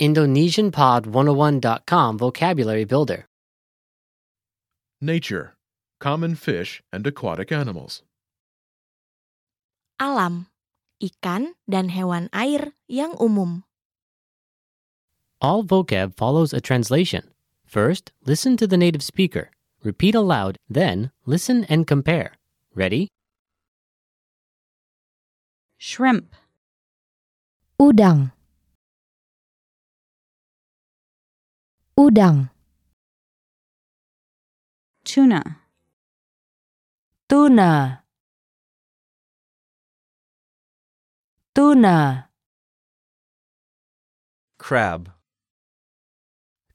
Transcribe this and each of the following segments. IndonesianPod101.com Vocabulary Builder. Nature, common fish and aquatic animals. alam, ikan, dan hewan air yang umum. All vocab follows a translation. First, listen to the native speaker. Repeat aloud, then listen and compare. Ready? shrimp, Udang. Udang, tuna, tuna. Tuna, crab,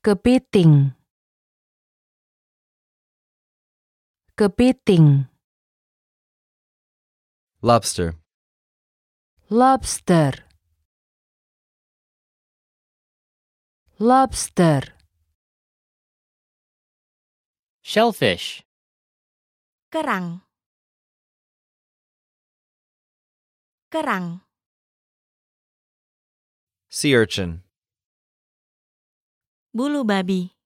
kepiting. Kepiting, lobster, lobster. Lobster, Shellfish, Kerang. Kerang, sea urchin, bulu babi.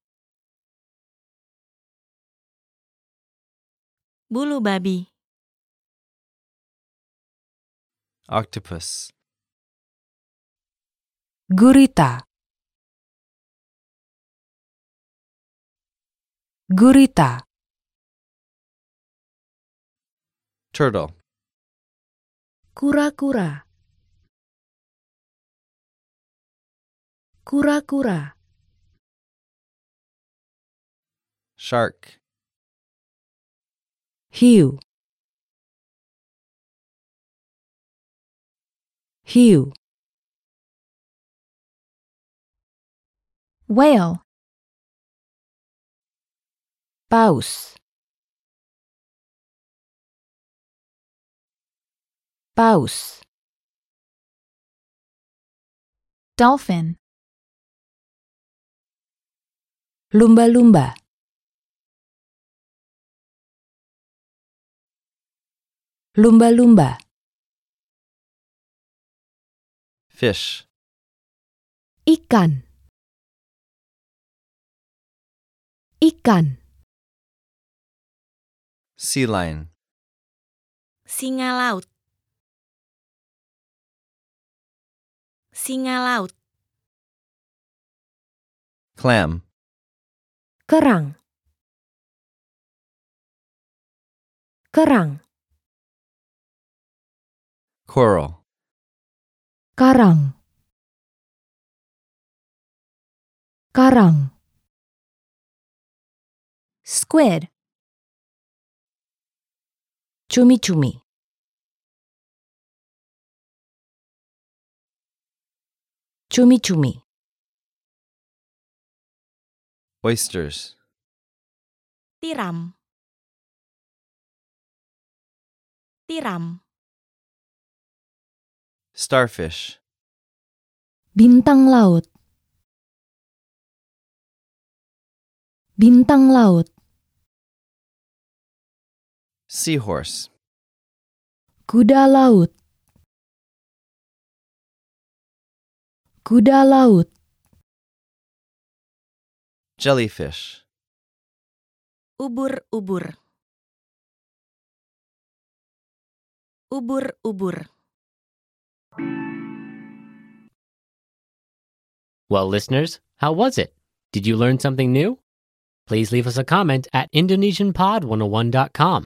Bulu babi, octopus, gurita. Gurita, turtle, Kura-kura. Kura-kura. shark, Hiu. Hiu. Whale. Paus. Paus. Dolphin. Lumba-lumba. Lumba-lumba. fish, Ikan. Ikan. sea lion, singa laut. Singa laut, clam, Kerang. Kerang. coral, Karang. Karang. Squid. Cumi-cumi. Cumi-cumi. oysters, tiram. Tiram, starfish, Bintang laut. Bintang laut. seahorse, Kuda laut. Kuda laut. jellyfish, ubur-ubur. Ubur-ubur. Well, listeners, how was it? Did you learn something new? oh Please leave us a comment at IndonesianPod101.com.